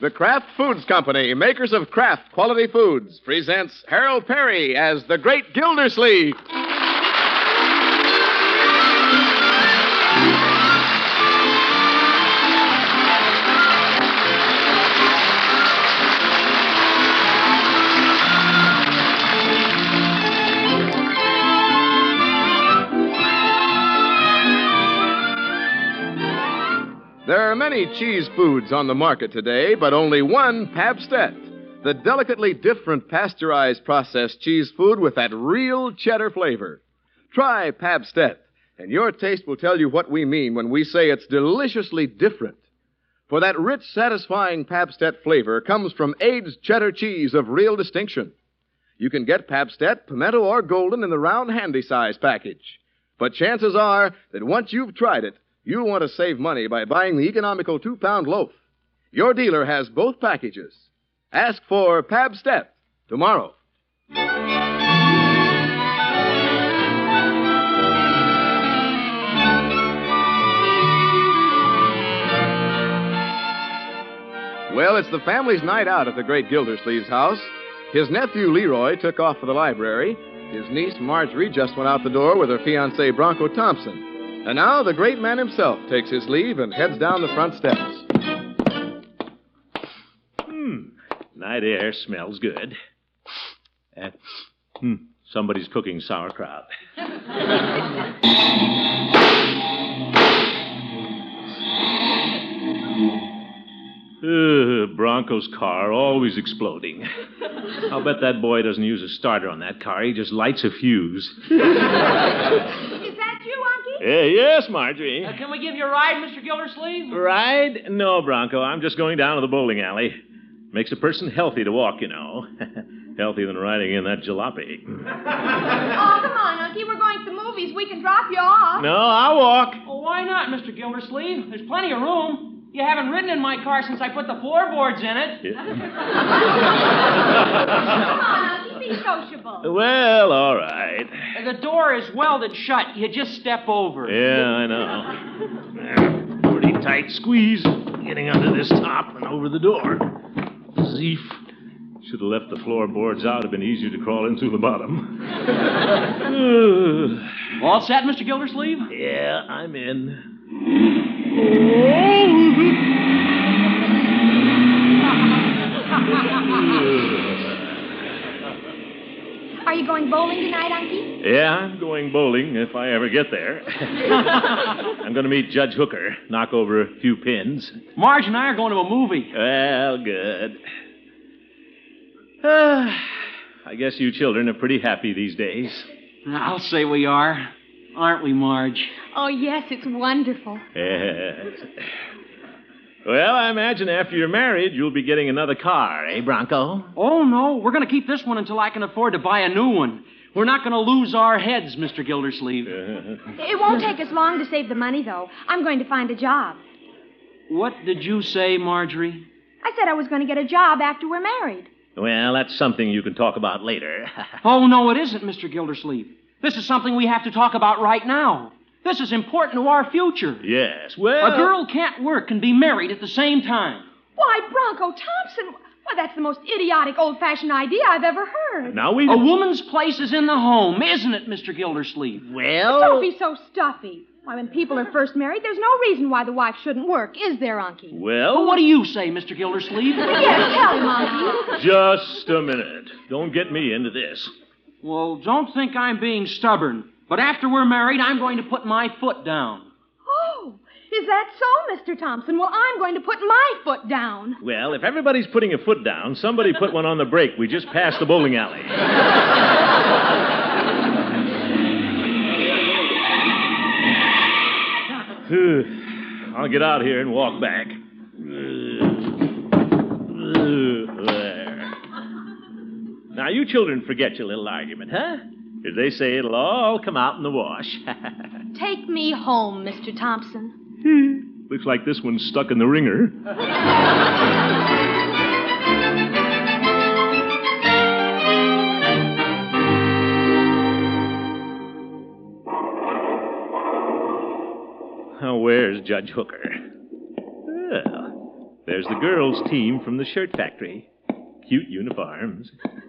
The Kraft Foods Company, makers of Kraft quality foods, presents Harold Perry as the Great Gildersleeve. There are many cheese foods on the market today, but only one Pabstet, the delicately different pasteurized processed cheese food with that real cheddar flavor. Try Pabstet, and your taste will tell you what we mean when we say it's deliciously different. For that rich, satisfying Pabstet flavor comes from Aid's cheddar cheese of real distinction. You can get Pabstet, pimento, or golden in the round, handy size package. But chances are that once you've tried it, you'll want to save money by buying the economical two pound loaf. Your dealer has both packages. Ask for Pabstet tomorrow. Well, it's the family's night out at the great Gildersleeve's house. His nephew Leroy took off for the library. His niece Marjorie just went out the door with her fiance Bronco Thompson. And now the great man himself takes his leave and heads down the front steps. Night air smells good. Eh, hmm, somebody's cooking sauerkraut. Ugh, Bronco's car always exploding. I'll bet that boy doesn't use a starter on that car. He just lights a fuse. Is that you, Unky? Eh, yes, Marjorie. Uh, can we give you a ride, Mr. Gildersleeve? Ride? No, Bronco. I'm just going down to the bowling alley. Makes a person healthy to walk, you know. healthy than riding in that jalopy. Oh, come on, Unky. We're going to the movies. We can drop you off. No, I'll walk. Well, why not, Mr. Gildersleeve? There's plenty of room. You haven't ridden in my car since I put the floorboards in it. Come on, Unky. Be sociable. Well, all right. Uh, The door is welded shut. You just step over. Yeah, I know. Pretty tight squeeze. Getting under this top and over the door. Zeef. Should have left the floorboards out. It'd been easier to crawl in through the bottom. Ugh. All set, Mr. Gildersleeve? yeah, I'm in. Are you going bowling tonight, Unky? Yeah, I'm going bowling if I ever get there. I'm going to meet Judge Hooker, knock over a few pins. Marge and I are going to a movie. Well, good. Ah, I guess you children are pretty happy these days. I'll say we are. Aren't we, Marge? Oh, yes. It's wonderful. Yes. Well, I imagine after you're married, you'll be getting another car, eh, Bronco? Oh, no. We're going to keep this one until I can afford to buy a new one. We're not going to lose our heads, Mr. Gildersleeve. It won't take us long to save the money, though. I'm going to find a job. What did you say, Marjorie? I said I was going to get a job after we're married. Well, that's something you can talk about later. Oh, no, it isn't, Mr. Gildersleeve. This is something we have to talk about right now. This is important to our future. yes, well. A girl can't work and be married at the same time. Why, Bronco Thompson? Why, that's the most idiotic, old fashioned idea I've ever heard. Now we. A woman's place is in the home, isn't it, Mr. Gildersleeve? Don't Well. be so stuffy. Why, when people are first married, there's no reason why the wife shouldn't work, is there, Unky? Well, What do you say, Mr. Gildersleeve? Yes, tell him, Unky. Just a minute. Don't get me into this. well, don't think I'm being stubborn, but after we're married, I'm going to put my foot down. Oh, is that so, Mr. Thompson? Well, I'm going to put my foot down. Well, if everybody's putting a foot down, somebody put one on the brake. We just passed the bowling alley. Phew. I'll get out here and walk back. There. Now, you children forget your little argument, huh? 'Cause they say it'll all come out in the wash. Take me home, Mr. Thompson. Looks like this one's stuck in the ringer. Now, where's Judge Hooker? Well, There's the girls' team from the shirt factory. Cute uniforms. Well,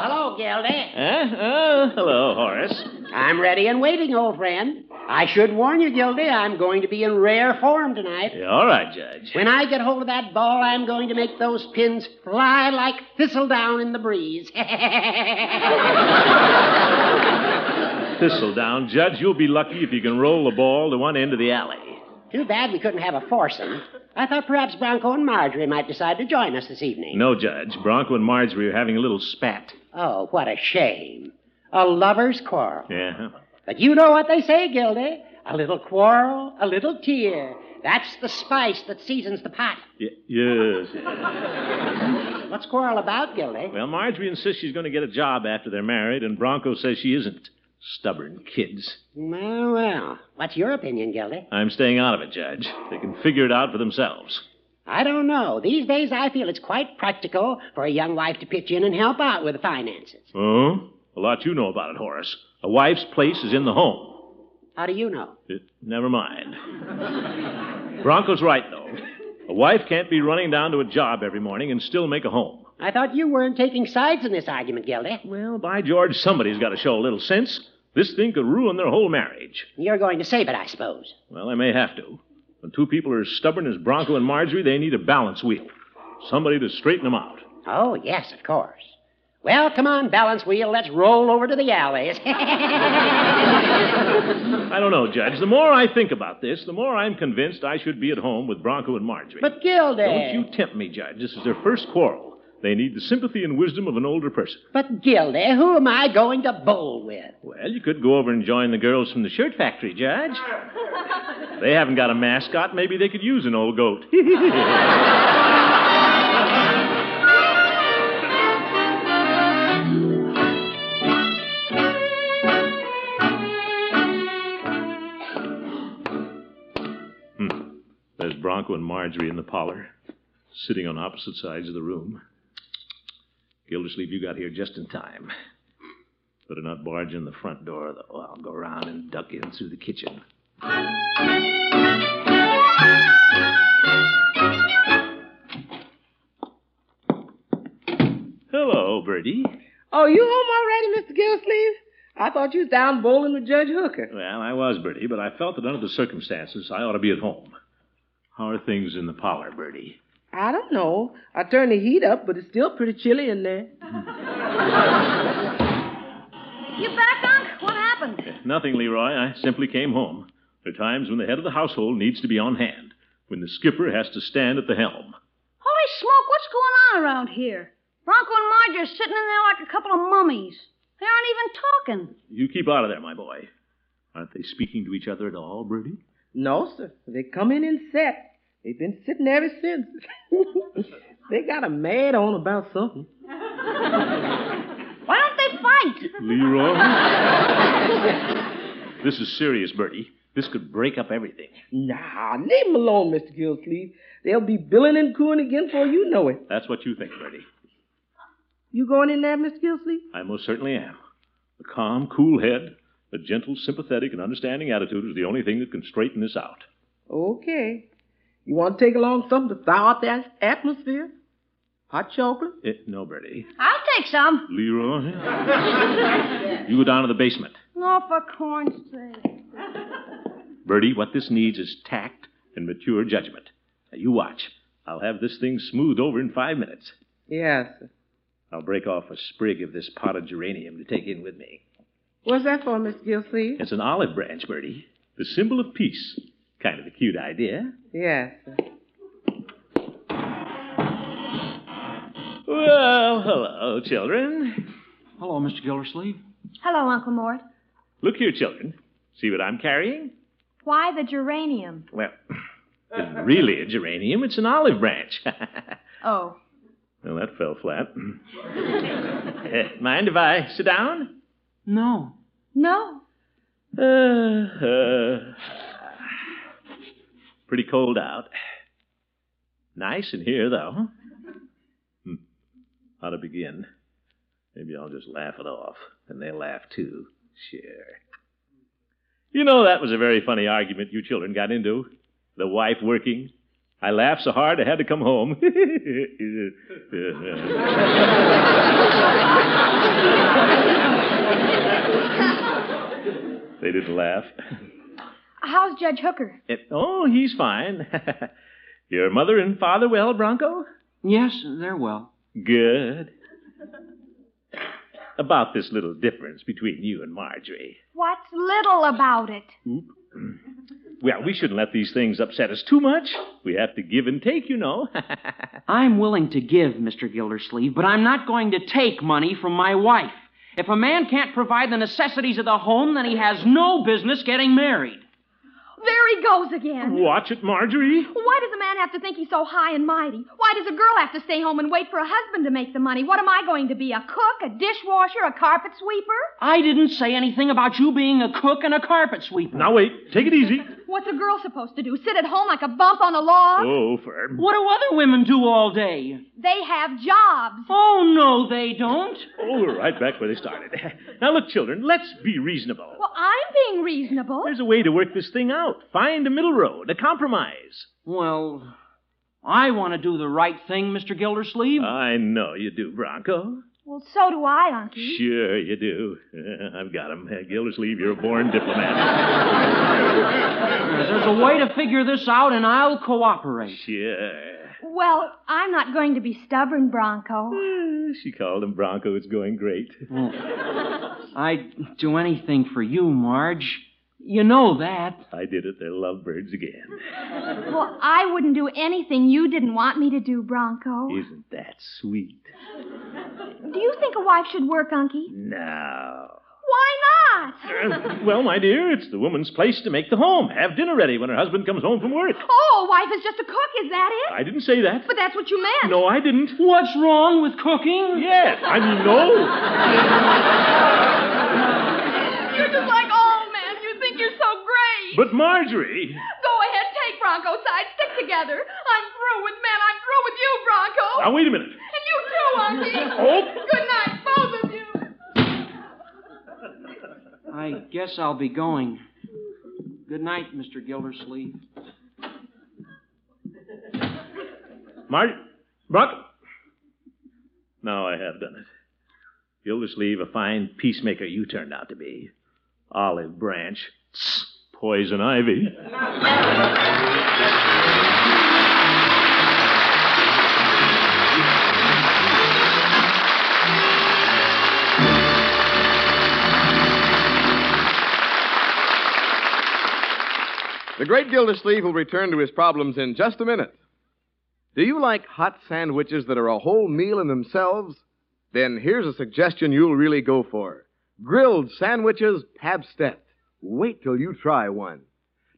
hello, Gildy. Huh? Oh, hello, Horace. I'm ready and waiting, old friend. I should warn you, Gildy, I'm going to be in rare form tonight. Yeah, all right, Judge. When I get hold of that ball, I'm going to make those pins fly like thistledown in the breeze. Thistledown, Judge, you'll be lucky if you can roll the ball to one end of the alley. Too bad we couldn't have a foursome. I thought perhaps Bronco and Marjorie might decide to join us this evening. No, Judge. Bronco and Marjorie are having a little spat. Oh, what a shame. A lover's quarrel. Yeah. But you know what they say, Gildy. A little quarrel, a little tear. That's the spice that seasons the pot. Y- yes. What's quarrel about, Gildy? Well, Marjorie insists she's going to get a job after they're married, and Bronco says she isn't. Stubborn kids. Well, well. What's your opinion, Gildy? I'm staying out of it, Judge. They can figure it out for themselves. I don't know. These days, I feel it's quite practical for a young wife to pitch in and help out with the finances. Oh? A lot you know about it, Horace. A wife's place is in the home. How do you know? It, never mind. Bronco's right, though. A wife can't be running down to a job every morning and still make a home. I thought you weren't taking sides in this argument, Gildy. Well, by George, somebody's got to show a little sense. This thing could ruin their whole marriage. You're going to save it, I suppose. Well, they may have to. When two people are as stubborn as Bronco and Marjorie, they need a balance wheel. Somebody to straighten them out. Oh, yes, of course. Well, come on, balance wheel. Let's roll over to the alleys. I don't know, Judge. The more I think about this, the more I'm convinced I should be at home with Bronco and Marjorie. but, Gildy. don't you tempt me, Judge. This is their first quarrel. They need the sympathy and wisdom of an older person. But, Gildy, who am I going to bowl with? Well, you could go over and join the girls from the shirt factory, Judge. they haven't got a mascot. Maybe they could use an old goat. Hmm. There's Bronco and Marjorie in the parlor, sitting on opposite sides of the room. Gildersleeve, you got here just in time. Better not barge in the front door, though. I'll go around and duck in through the kitchen. Hello, Bertie. Oh, you home already, Mr. Gillsleeve? I thought you was down bowling with Judge Hooker. Well, I was Bertie, but I felt that under the circumstances, I ought to be at home. How are things in the parlor, Bertie? I don't know. I turned the heat up, but it's still pretty chilly in there. You back, Unc? What happened? Nothing, Leroy. I simply came home. There are times when the head of the household needs to be on hand, when the skipper has to stand at the helm. Holy smoke, what's going on around here? Bronco and Marge are sitting in there like a couple of mummies. They aren't even talking. You keep out of there, my boy. Aren't they speaking to each other at all, Bertie? No, sir. They come in and sit. They've been sitting ever since. they got a mad on about something. Why don't they fight? Leroy? this is serious, Bertie. This could break up everything. Nah, leave 'em alone, Mr. Gillsleeve. They'll be billing and cooing again before you know it. That's what you think, Bertie. You going in there, Mr. Gillsleeve? I most certainly am. A calm, cool head, a gentle, sympathetic, and understanding attitude is the only thing that can straighten this out. Okay. You want to take along something to thaw out that atmosphere? Hot chocolate? Eh, no, Bertie. I'll take some. Leroy? you go down to the basement. No, for corn's sake. Bertie, what this needs is tact and mature judgment. Now, you watch. I'll have this thing smoothed over in five minutes. Yes, sir. I'll break off a sprig of this potted geranium to take in with me. What's that for, Mr. Gillsleeve? It's an olive branch, Bertie. The symbol of peace. Kind of a cute idea. Yes, sir. Well, hello, children. Hello, Mr. Gildersleeve. Hello, Uncle Mort. Look here, children. See what I'm carrying? Why the geranium? Well, it's really a geranium. It's an olive branch. well, Oh, that fell flat. Eh, Mind if I sit down? No. no. Uh, uh, pretty cold out. Nice in here, though. Hmm. How to begin? Maybe I'll just laugh it off, and they'll laugh too. Sure. You know, that was a very funny argument you children got into. The wife working, I laughed so hard I had to come home. That's they didn't laugh. How's Judge Hooker? And- oh, he's fine. Your mother and father well, Bronco? Yes, they're well. Good. About this little difference between you and Marjorie. What's little about it? Well, we shouldn't let these things upset us too much. We have to give and take, you know. I'm willing to give, Mr. Gildersleeve, but I'm not going to take money from my wife. If a man can't provide the necessities of the home, then he has no business getting married. There he goes again. Watch it, Marjorie. Why does a man have to think he's so high and mighty? Why does a girl have to stay home and wait for a husband to make the money? What am I going to be? A cook, a dishwasher, a carpet sweeper? I didn't say anything about you being a cook and a carpet sweeper. Now wait, take it easy. What's a girl supposed to do? Sit at home like a bump on a log? Oh, firm. What do other women do all day? They have jobs. Oh, no, they don't. Oh, we're right back where they started. Now look, children, let's be reasonable. Well, I'm being reasonable. There's a way to work this thing out. Find a middle road, a compromise. Well, I want to do the right thing, Mr. Gildersleeve. I know you do, Bronco. Well, so do I, Unky. Sure you do. Uh, I've got 'em. Uh, Gildersleeve, you're a born diplomat. There's a way to figure this out, and I'll cooperate. Sure. Well, I'm not going to be stubborn, Bronco. Uh, She called him Bronco. It's going great. I'd do anything for you, Marge. You know that. I did it. They're lovebirds again. Well, I wouldn't do anything you didn't want me to do, Bronco. Isn't that sweet? Do you think a wife should work, Unky? Now. Why not? Well, my dear, it's the woman's place to make the home. Have dinner ready when her husband comes home from work. Oh, a wife is just a cook, is that it? I didn't say that. But that's what you meant. No, I didn't. What's wrong with cooking? Yes, I mean, no. You're just like all men. You think you're so great. But Marjorie. Go ahead, take Bronco's side. Stick together. I'm through with men. I'm through with you, Bronco. Now, wait a minute. And you too, Unky. Oh. Good night, both of you. I guess I'll be going. Good night, Mr. Gildersleeve. Marge. Bronco. Now I have done it. Gildersleeve, a fine peacemaker you turned out to be. Olive branch. Tss, Poison ivy. The great Gildersleeve will return to his problems in just a minute. Do you like hot sandwiches that are a whole meal in themselves? Then here's a suggestion you'll really go for grilled sandwiches Pabstet. Wait till you try one.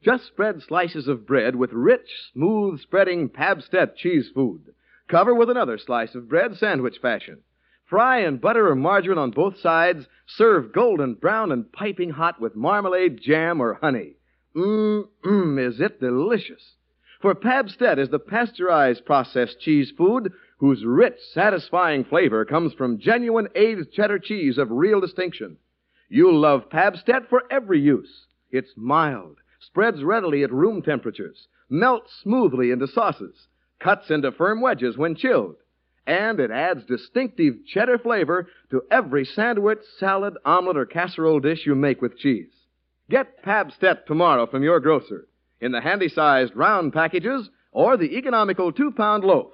Just spread slices of bread with rich, smooth spreading Pabstet cheese food. Cover with another slice of bread sandwich fashion. Fry in butter or margarine on both sides. Serve golden brown and piping hot with marmalade, jam, or honey. Mmm, mmm, is it delicious? For Pabstet is the pasteurized processed cheese food whose rich, satisfying flavor comes from genuine aged cheddar cheese of real distinction. You'll love Pabstet for every use. It's mild, spreads readily at room temperatures, melts smoothly into sauces, cuts into firm wedges when chilled, and it adds distinctive cheddar flavor to every sandwich, salad, omelet, or casserole dish you make with cheese. Get Pabstet tomorrow from your grocer in the handy sized round packages or the economical two pound loaf.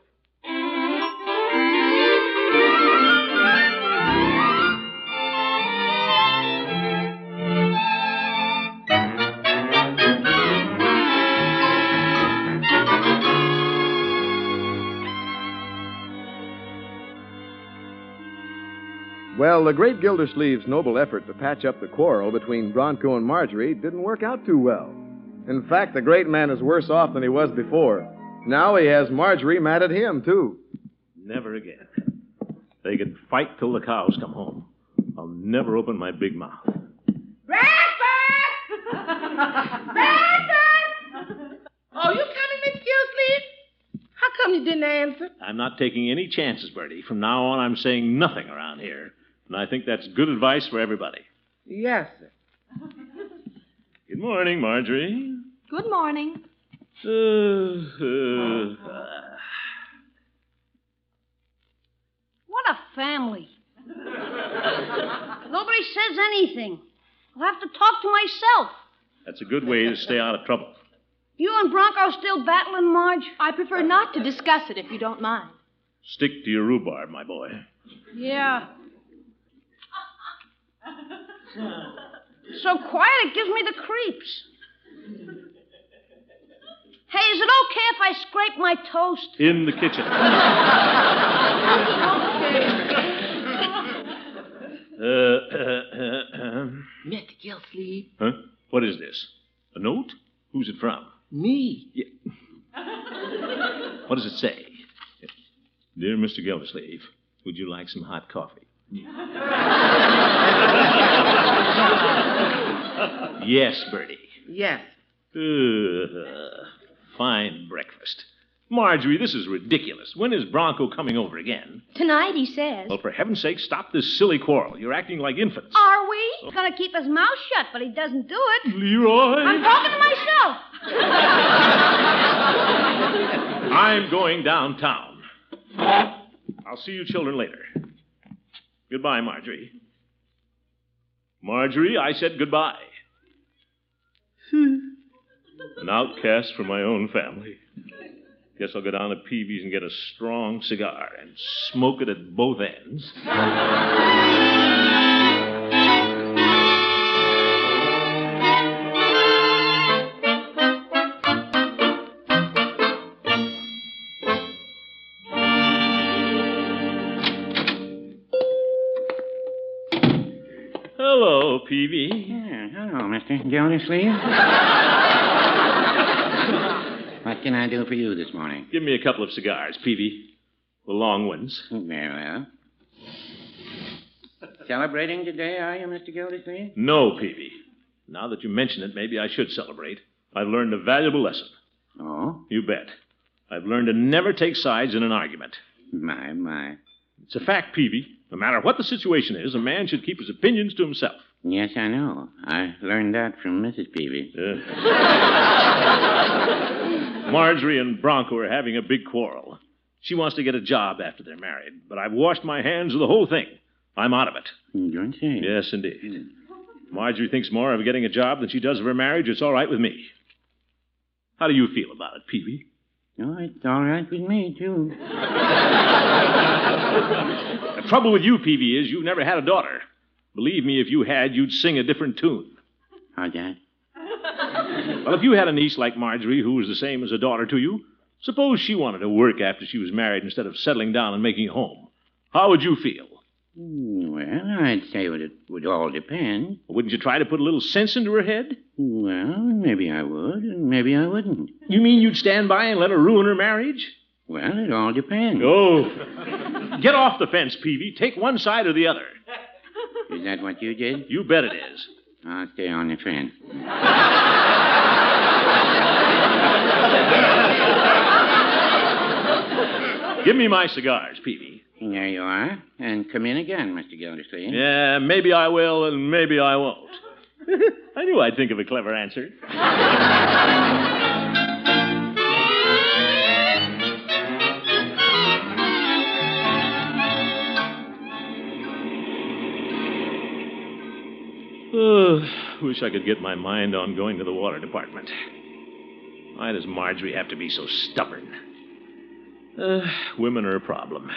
Well, the great Gildersleeve's noble effort to patch up the quarrel between Bronco and Marjorie didn't work out too well. In fact, the great man is worse off than he was before. Now he has Marjorie mad at him, too. Never again. They can fight till the cows come home. I'll never open my big mouth. Oh, you coming, Miss Gildersleeve? How come you didn't answer? I'm not taking any chances, Bertie. From now on, I'm saying nothing around here. And I think that's good advice for everybody. Yes, sir. Good morning, Marjorie. Uh, Good morning. What a family. Nobody says anything. I'll have to talk to myself. That's a good way to stay out of trouble. You and Bronco still battling, Marge? I prefer not to discuss it if you don't mind. Stick to your rhubarb, my boy. Yeah. So quiet it gives me the creeps. Hey, is it okay if I scrape my toast? In the kitchen. Uh, Mr. Gillsleeve, huh? What is this? A note? Who's it from? me. What does it say? Dear Mr. Gildersleeve, would you like some hot coffee? yes, Bertie. Yes. Ugh, fine breakfast. Marjorie, this is ridiculous. When is Bronco coming over again? Tonight, he says. Well, for heaven's sake, stop this silly quarrel. You're acting like infants. Are we? He's gonna keep his mouth shut, but he doesn't do it. I'm Leroy! talking to myself. I'm going downtown. I'll see you children later. Goodbye, Marjorie. Marjorie, I said goodbye. An outcast from my own family. Guess I'll go down to Peavy's and get a strong cigar and smoke it at both ends. Hello, Peavy. Yeah, hello, Mr. Gildersleeve. what can I do for you this morning? Give me a couple of cigars, Peavy. The long ones. Very well. Celebrating today, are you, Mr. Gildersleeve? No, Peavy. Now that you mention it, maybe I should celebrate. I've learned a valuable lesson. Oh, You bet. I've learned to never take sides in an argument. my, my. It's a fact, Peavy. No matter what the situation is, a man should keep his opinions to himself. Yes, I know. I learned that from Mrs. Peavy. Uh, Marjorie and Bronco are having a big quarrel. She wants to get a job after they're married, but I've washed my hands of the whole thing. I'm out of it. You don't say. Yes, indeed. Marjorie thinks more of getting a job than she does of her marriage. It's all right with me. How do you feel about it, Peavy? Oh, it's all right with me, too. The trouble with you, Peavy, is you never had a daughter. Believe me, if you had, you'd sing a different tune. How's that? Well, if you had a niece like Marjorie, who was the same as a daughter to you, suppose she wanted to work after she was married instead of settling down and making a home. How would you feel? Hmm, Well, I'd say it would, would all depend. Wouldn't you try to put a little sense into her head? Well, Oh, maybe I would, and maybe I wouldn't. You mean you'd stand by and let her ruin her marriage? Well, it all depends. Oh. Get off the fence, Peavy. Take one side or the other. Is that what you did? You bet it is. I'll stay on the fence. Give me my cigars, Peavy. There you are. And come in again, Mr. Gildersleeve. Yeah, Uh, maybe I will and maybe I won't. I knew I'd think of a clever answer. Ugh, wish I could get my mind on going to the water department. Why does Marjorie have to be so stubborn? Uh, women are a problem.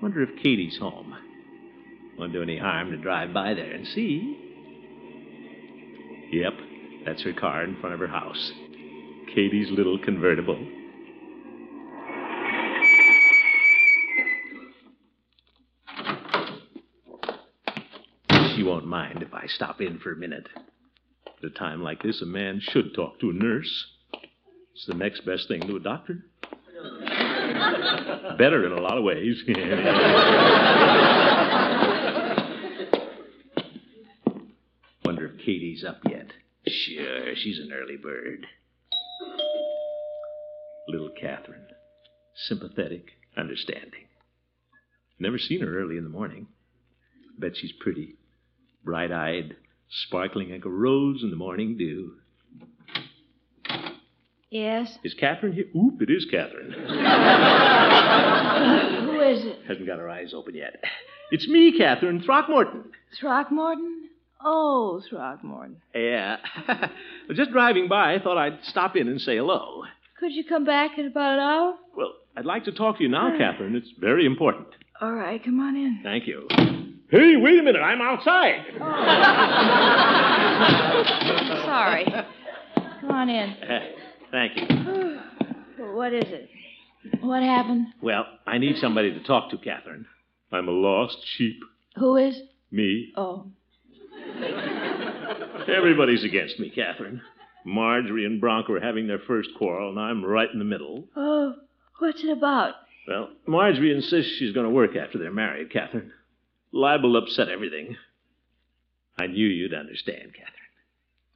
Wonder if Katie's home. Won't do any harm to drive by there and see. Yep, that's her car in front of her house. Katie's little convertible. She won't mind if I stop in for a minute. At a time like this, a man should talk to a nurse. It's the next best thing to a doctor. Better in a lot of ways. Wonder if Katie's up yet. Sure, she's an early bird. Little Catherine. Sympathetic, understanding. Never seen her early in the morning. Bet she's pretty. Bright eyed, sparkling like a rose in the morning dew. Yes. Is Catherine here? Oop, it is Catherine. Who is it? Hasn't got her eyes open yet. It's me, Catherine Throckmorton. Throckmorton? Oh, Throckmorton. Yeah. Just driving by, I thought I'd stop in and say hello. Could you come back in about an hour? Well, I'd like to talk to you now, Catherine. It's very important. All right, come on in. Thank you. Hey, wait a minute. I'm outside. Sorry. Come on in. Thank you. What is it? What happened? Well, I need somebody to talk to, Catherine. I'm a lost sheep. Who is? Me. Oh. Everybody's against me, Catherine. Marjorie and Bronk are having their first quarrel, and I'm right in the middle. Oh, what's it about? Well, Marjorie insists she's going to work after they're married, Catherine. Libel upset everything. I knew you'd understand, Catherine.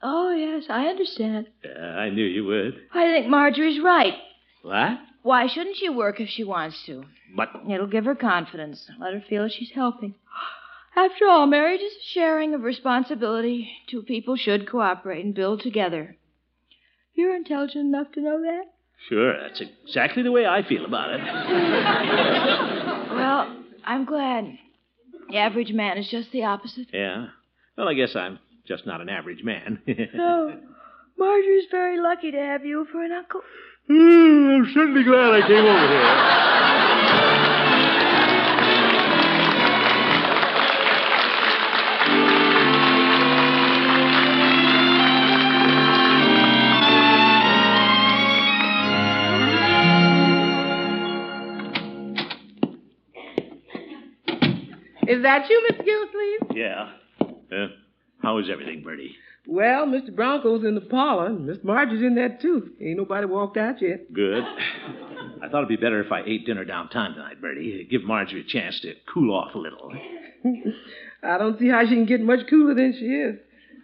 Oh, yes, I understand. Uh, I knew you would. I think Marjorie's right. What? Why shouldn't she work if she wants to? But It'll give her confidence, let her feel she's helping. After all, marriage is a sharing of responsibility. Two people should cooperate and build together. You're intelligent enough to know that? sure, that's exactly the way I feel about it. Well, I'm glad. The average man is just the opposite. Yeah. Well, I guess I'm just not an average man. No, Marjorie's Oh, very lucky to have you for an uncle. hmm, I'm certainly glad I came over here. Is that you, Mr. Gildersleeve? Yeah. Uh, how is everything, Bertie? Well, Mr. Bronco's in the parlor, and Miss Marjorie's in there too. Ain't nobody walked out yet. Good. I thought it'd be better if I ate dinner downtown tonight, Bertie. Give Marjorie a chance to cool off a little. I don't see how she can get much cooler than she is.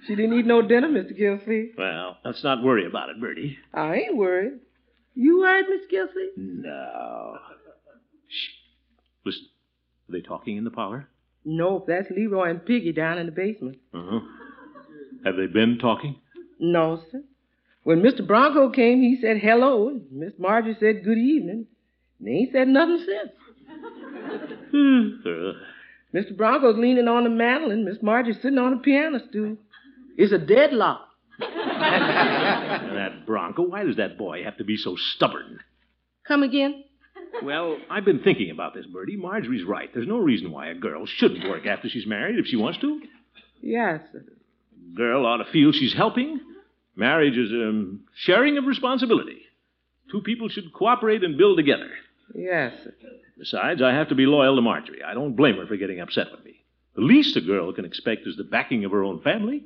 She didn't eat no dinner, Mr. Gildersleeve. Well, let's not worry about it, Bertie. I ain't worried. You worried, Miss Gildersleeve? No. Oh. Shh. Listen. Are they talking in the parlor? Nope, that's Leroy and Piggy down in the basement. Uh-huh. Have they been talking? No, sir. When Mr. Bronco came, he said hello, and Miss Marjorie said good evening. And they ain't said nothing since. Hmm. Uh, Mr. Bronco's leaning on the mantel, and Miss Marjorie's sitting on the piano stool. It's a deadlock. and that Bronco, why does that boy have to be so stubborn? Come again? Well, I've been thinking about this, Bertie. Marjorie's right. There's no reason why a girl shouldn't work after she's married if she wants to. Yes, sir. girl ought to feel she's helping. Marriage is a um, sharing of responsibility. Two people should cooperate and build together. Yes, sir. Besides, I have to be loyal to Marjorie. I don't blame her for getting upset with me. The least a girl can expect is the backing of her own family.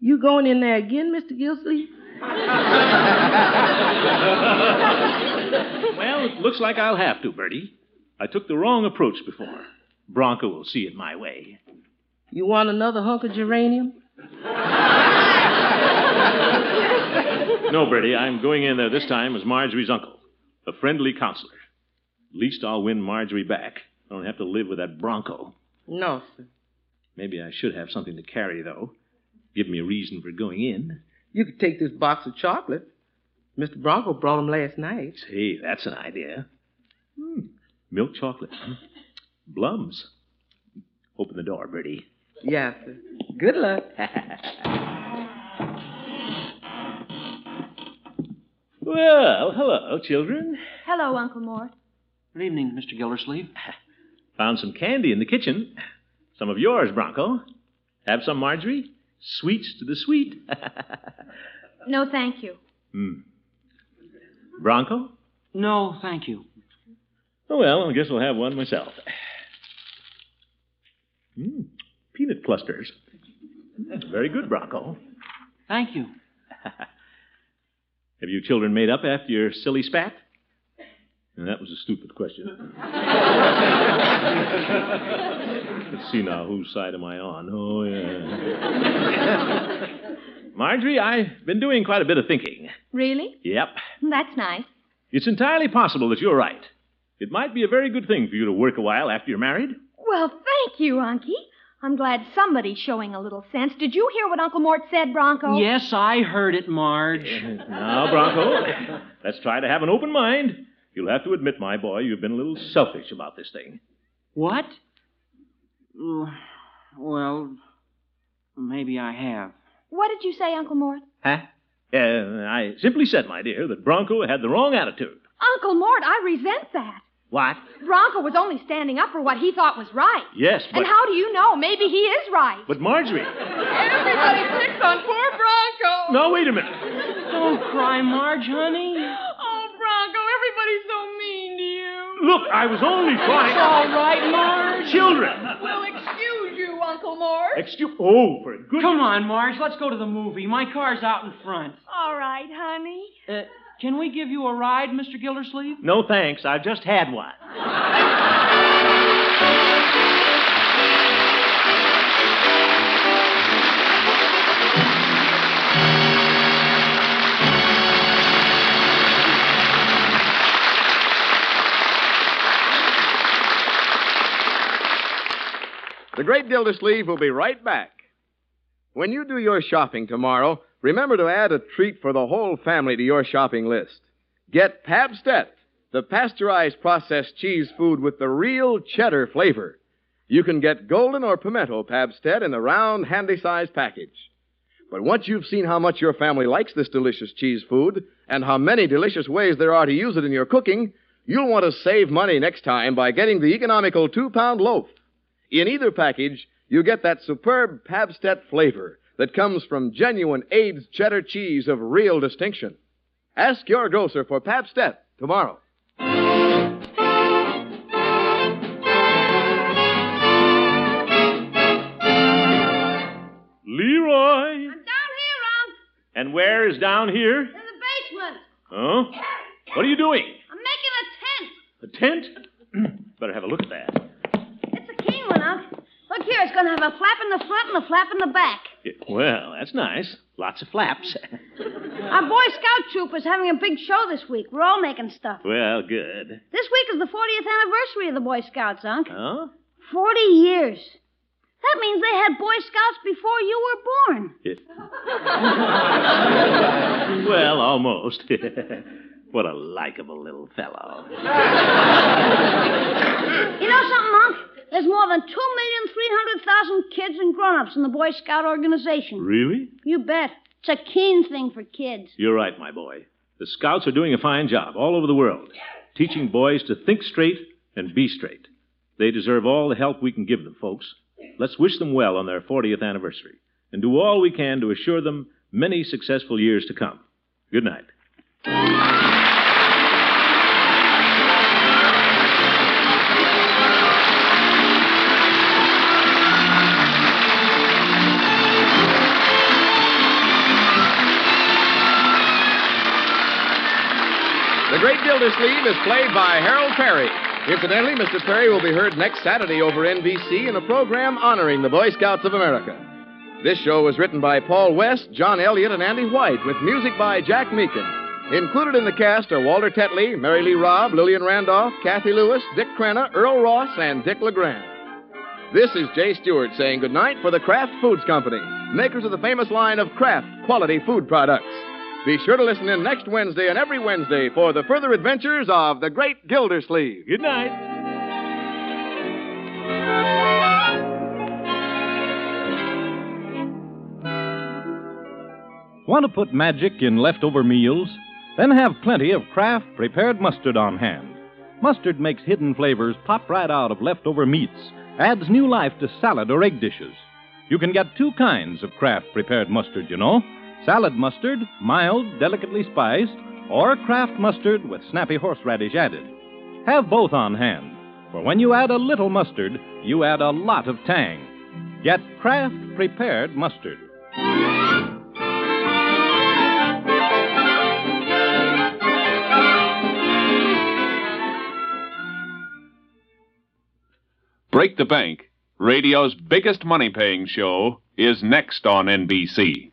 You going in there again, Mr. Gildersleeve? Well, it looks like I'll have to, Bertie. I took the wrong approach before. Bronco will see it my way. You want another hunk of geranium? No, Bertie, I'm going in there this time as Marjorie's uncle, a friendly counselor. At least I'll win Marjorie back. I don't have to live with that Bronco. No, sir. Maybe I should have something to carry, though. Give me a reason for going in. You could take this box of chocolate. Mr. Bronco brought 'em last night. Hey, that's an idea. Hmm, Milk chocolate. Hmm. Blums. Open the door, Bertie. Yes, sir. Good luck. Well, hello, children. Hello, Uncle Mort. Good evening, Mr. Gildersleeve. Found some candy in the kitchen. Some of yours, Bronco. Have some, Marjorie? Sweets to the sweet. No, thank you. Bronco? No, thank you. Oh, well, I guess I'll have one myself. Mm, peanut clusters. Mm, Very good, Bronco. Thank you. Have you children made up after your silly spat? And that was a stupid question. Let's see now, whose side am I on? Oh, yeah. Marjorie, I've been doing quite a bit of thinking. Really? Yep. That's nice. It's entirely possible that you're right. It might be a very good thing for you to work a while after you're married. Well, thank you, Unky. I'm glad somebody's showing a little sense. Did you hear what Uncle Mort said, Bronco? Yes, I heard it, Marge. Now, Bronco, let's try to have an open mind. You'll have to admit, my boy, you've been a little selfish about this thing. What? Mm, Well, maybe I have. What did you say, Uncle Mort? Huh? Uh, I simply said, my dear, that Bronco had the wrong attitude. Uncle Mort, I resent that. What? Bronco was only standing up for what he thought was right. Yes, but. And how do you know? Maybe he is right. But Marjorie. Everybody picks on poor Bronco. No, wait a minute. Don't cry, Marge, honey. Oh, Bronco, everybody's so mean to you. Look, I was only It's trying. all right, Marge. Children! Well, excuse you, Uncle Mort. Excuse. Oh, for good. Come on, Marge. Let's go to the movie. My car's out in front. All right, honey. Uh, can we give you a ride, Mr. Gildersleeve? No thanks. I've just had one. The Great Gildersleeve will be right back. When you do your shopping tomorrow, remember to add a treat for the whole family to your shopping list. Get Pabstet, the pasteurized processed cheese food with the real cheddar flavor. You can get golden or pimento Pabstet in the round, handy sized package. But once you've seen how much your family likes this delicious cheese food and how many delicious ways there are to use it in your cooking, you'll want to save money next time by getting the economical two pound loaf. In either package, you get that superb Pabstet flavor that comes from genuine AIDS cheddar cheese of real distinction. Ask your grocer for Pabstet tomorrow. Leroy! I'm down here, Unc, And where is down here? in the basement. Huh? What are you doing? I'm making a tent. A tent? Better have a look at that. It's a keen one, Unc. Look here, it's going to have a flap in the front and a flap in the back. Yeah, Well, that's nice. Lots of flaps. Our Boy Scout troop is having a big show this week. We're all making stuff. well, good. This week is the 40th anniversary of the Boy Scouts, Unc. Huh? 40 years. That means they had Boy Scouts before you were born. Yeah. well, almost. what a likable little fellow. You know something, Unc? There's more than 2,300,000 kids and grown-ups in the Boy Scout organization. Really? You bet. It's a keen thing for kids. You're right, my boy. The scouts are doing a fine job all over the world, teaching boys to think straight and be straight. They deserve all the help we can give them, folks. Let's wish them well on their 40th anniversary and do all we can to assure them many successful years to come. Good night. The Great Gildersleeve is played by Harold Perry. Incidentally, Mr. Perry will be heard next Saturday over NBC in a program honoring the Boy Scouts of America. This show was written by Paul West, John Elliott, and Andy White, with music by Jack Meakin. Included in the cast are Walter Tetley, Mary Lee Robb, Lillian Randolph, Kathy Lewis, Dick Crenna, Earl Ross, and Dick LeGrand. This is Jay Stewart saying goodnight for the Kraft Foods Company, makers of the famous line of Kraft quality food products. Be sure to listen in next Wednesday and every Wednesday for the further adventures of the Great Gildersleeve. Good night. Want to put magic in leftover meals? Then have plenty of Kraft prepared mustard on hand. Mustard makes hidden flavors pop right out of leftover meats, adds new life to salad or egg dishes. You can get two kinds of Kraft prepared mustard, you know salad mustard, mild, delicately spiced, or Kraft mustard with snappy horseradish added. Have both on hand, for when you add a little mustard, you add a lot of tang. Get Kraft prepared mustard. Break the Bank, radio's biggest money paying show, is next on NBC.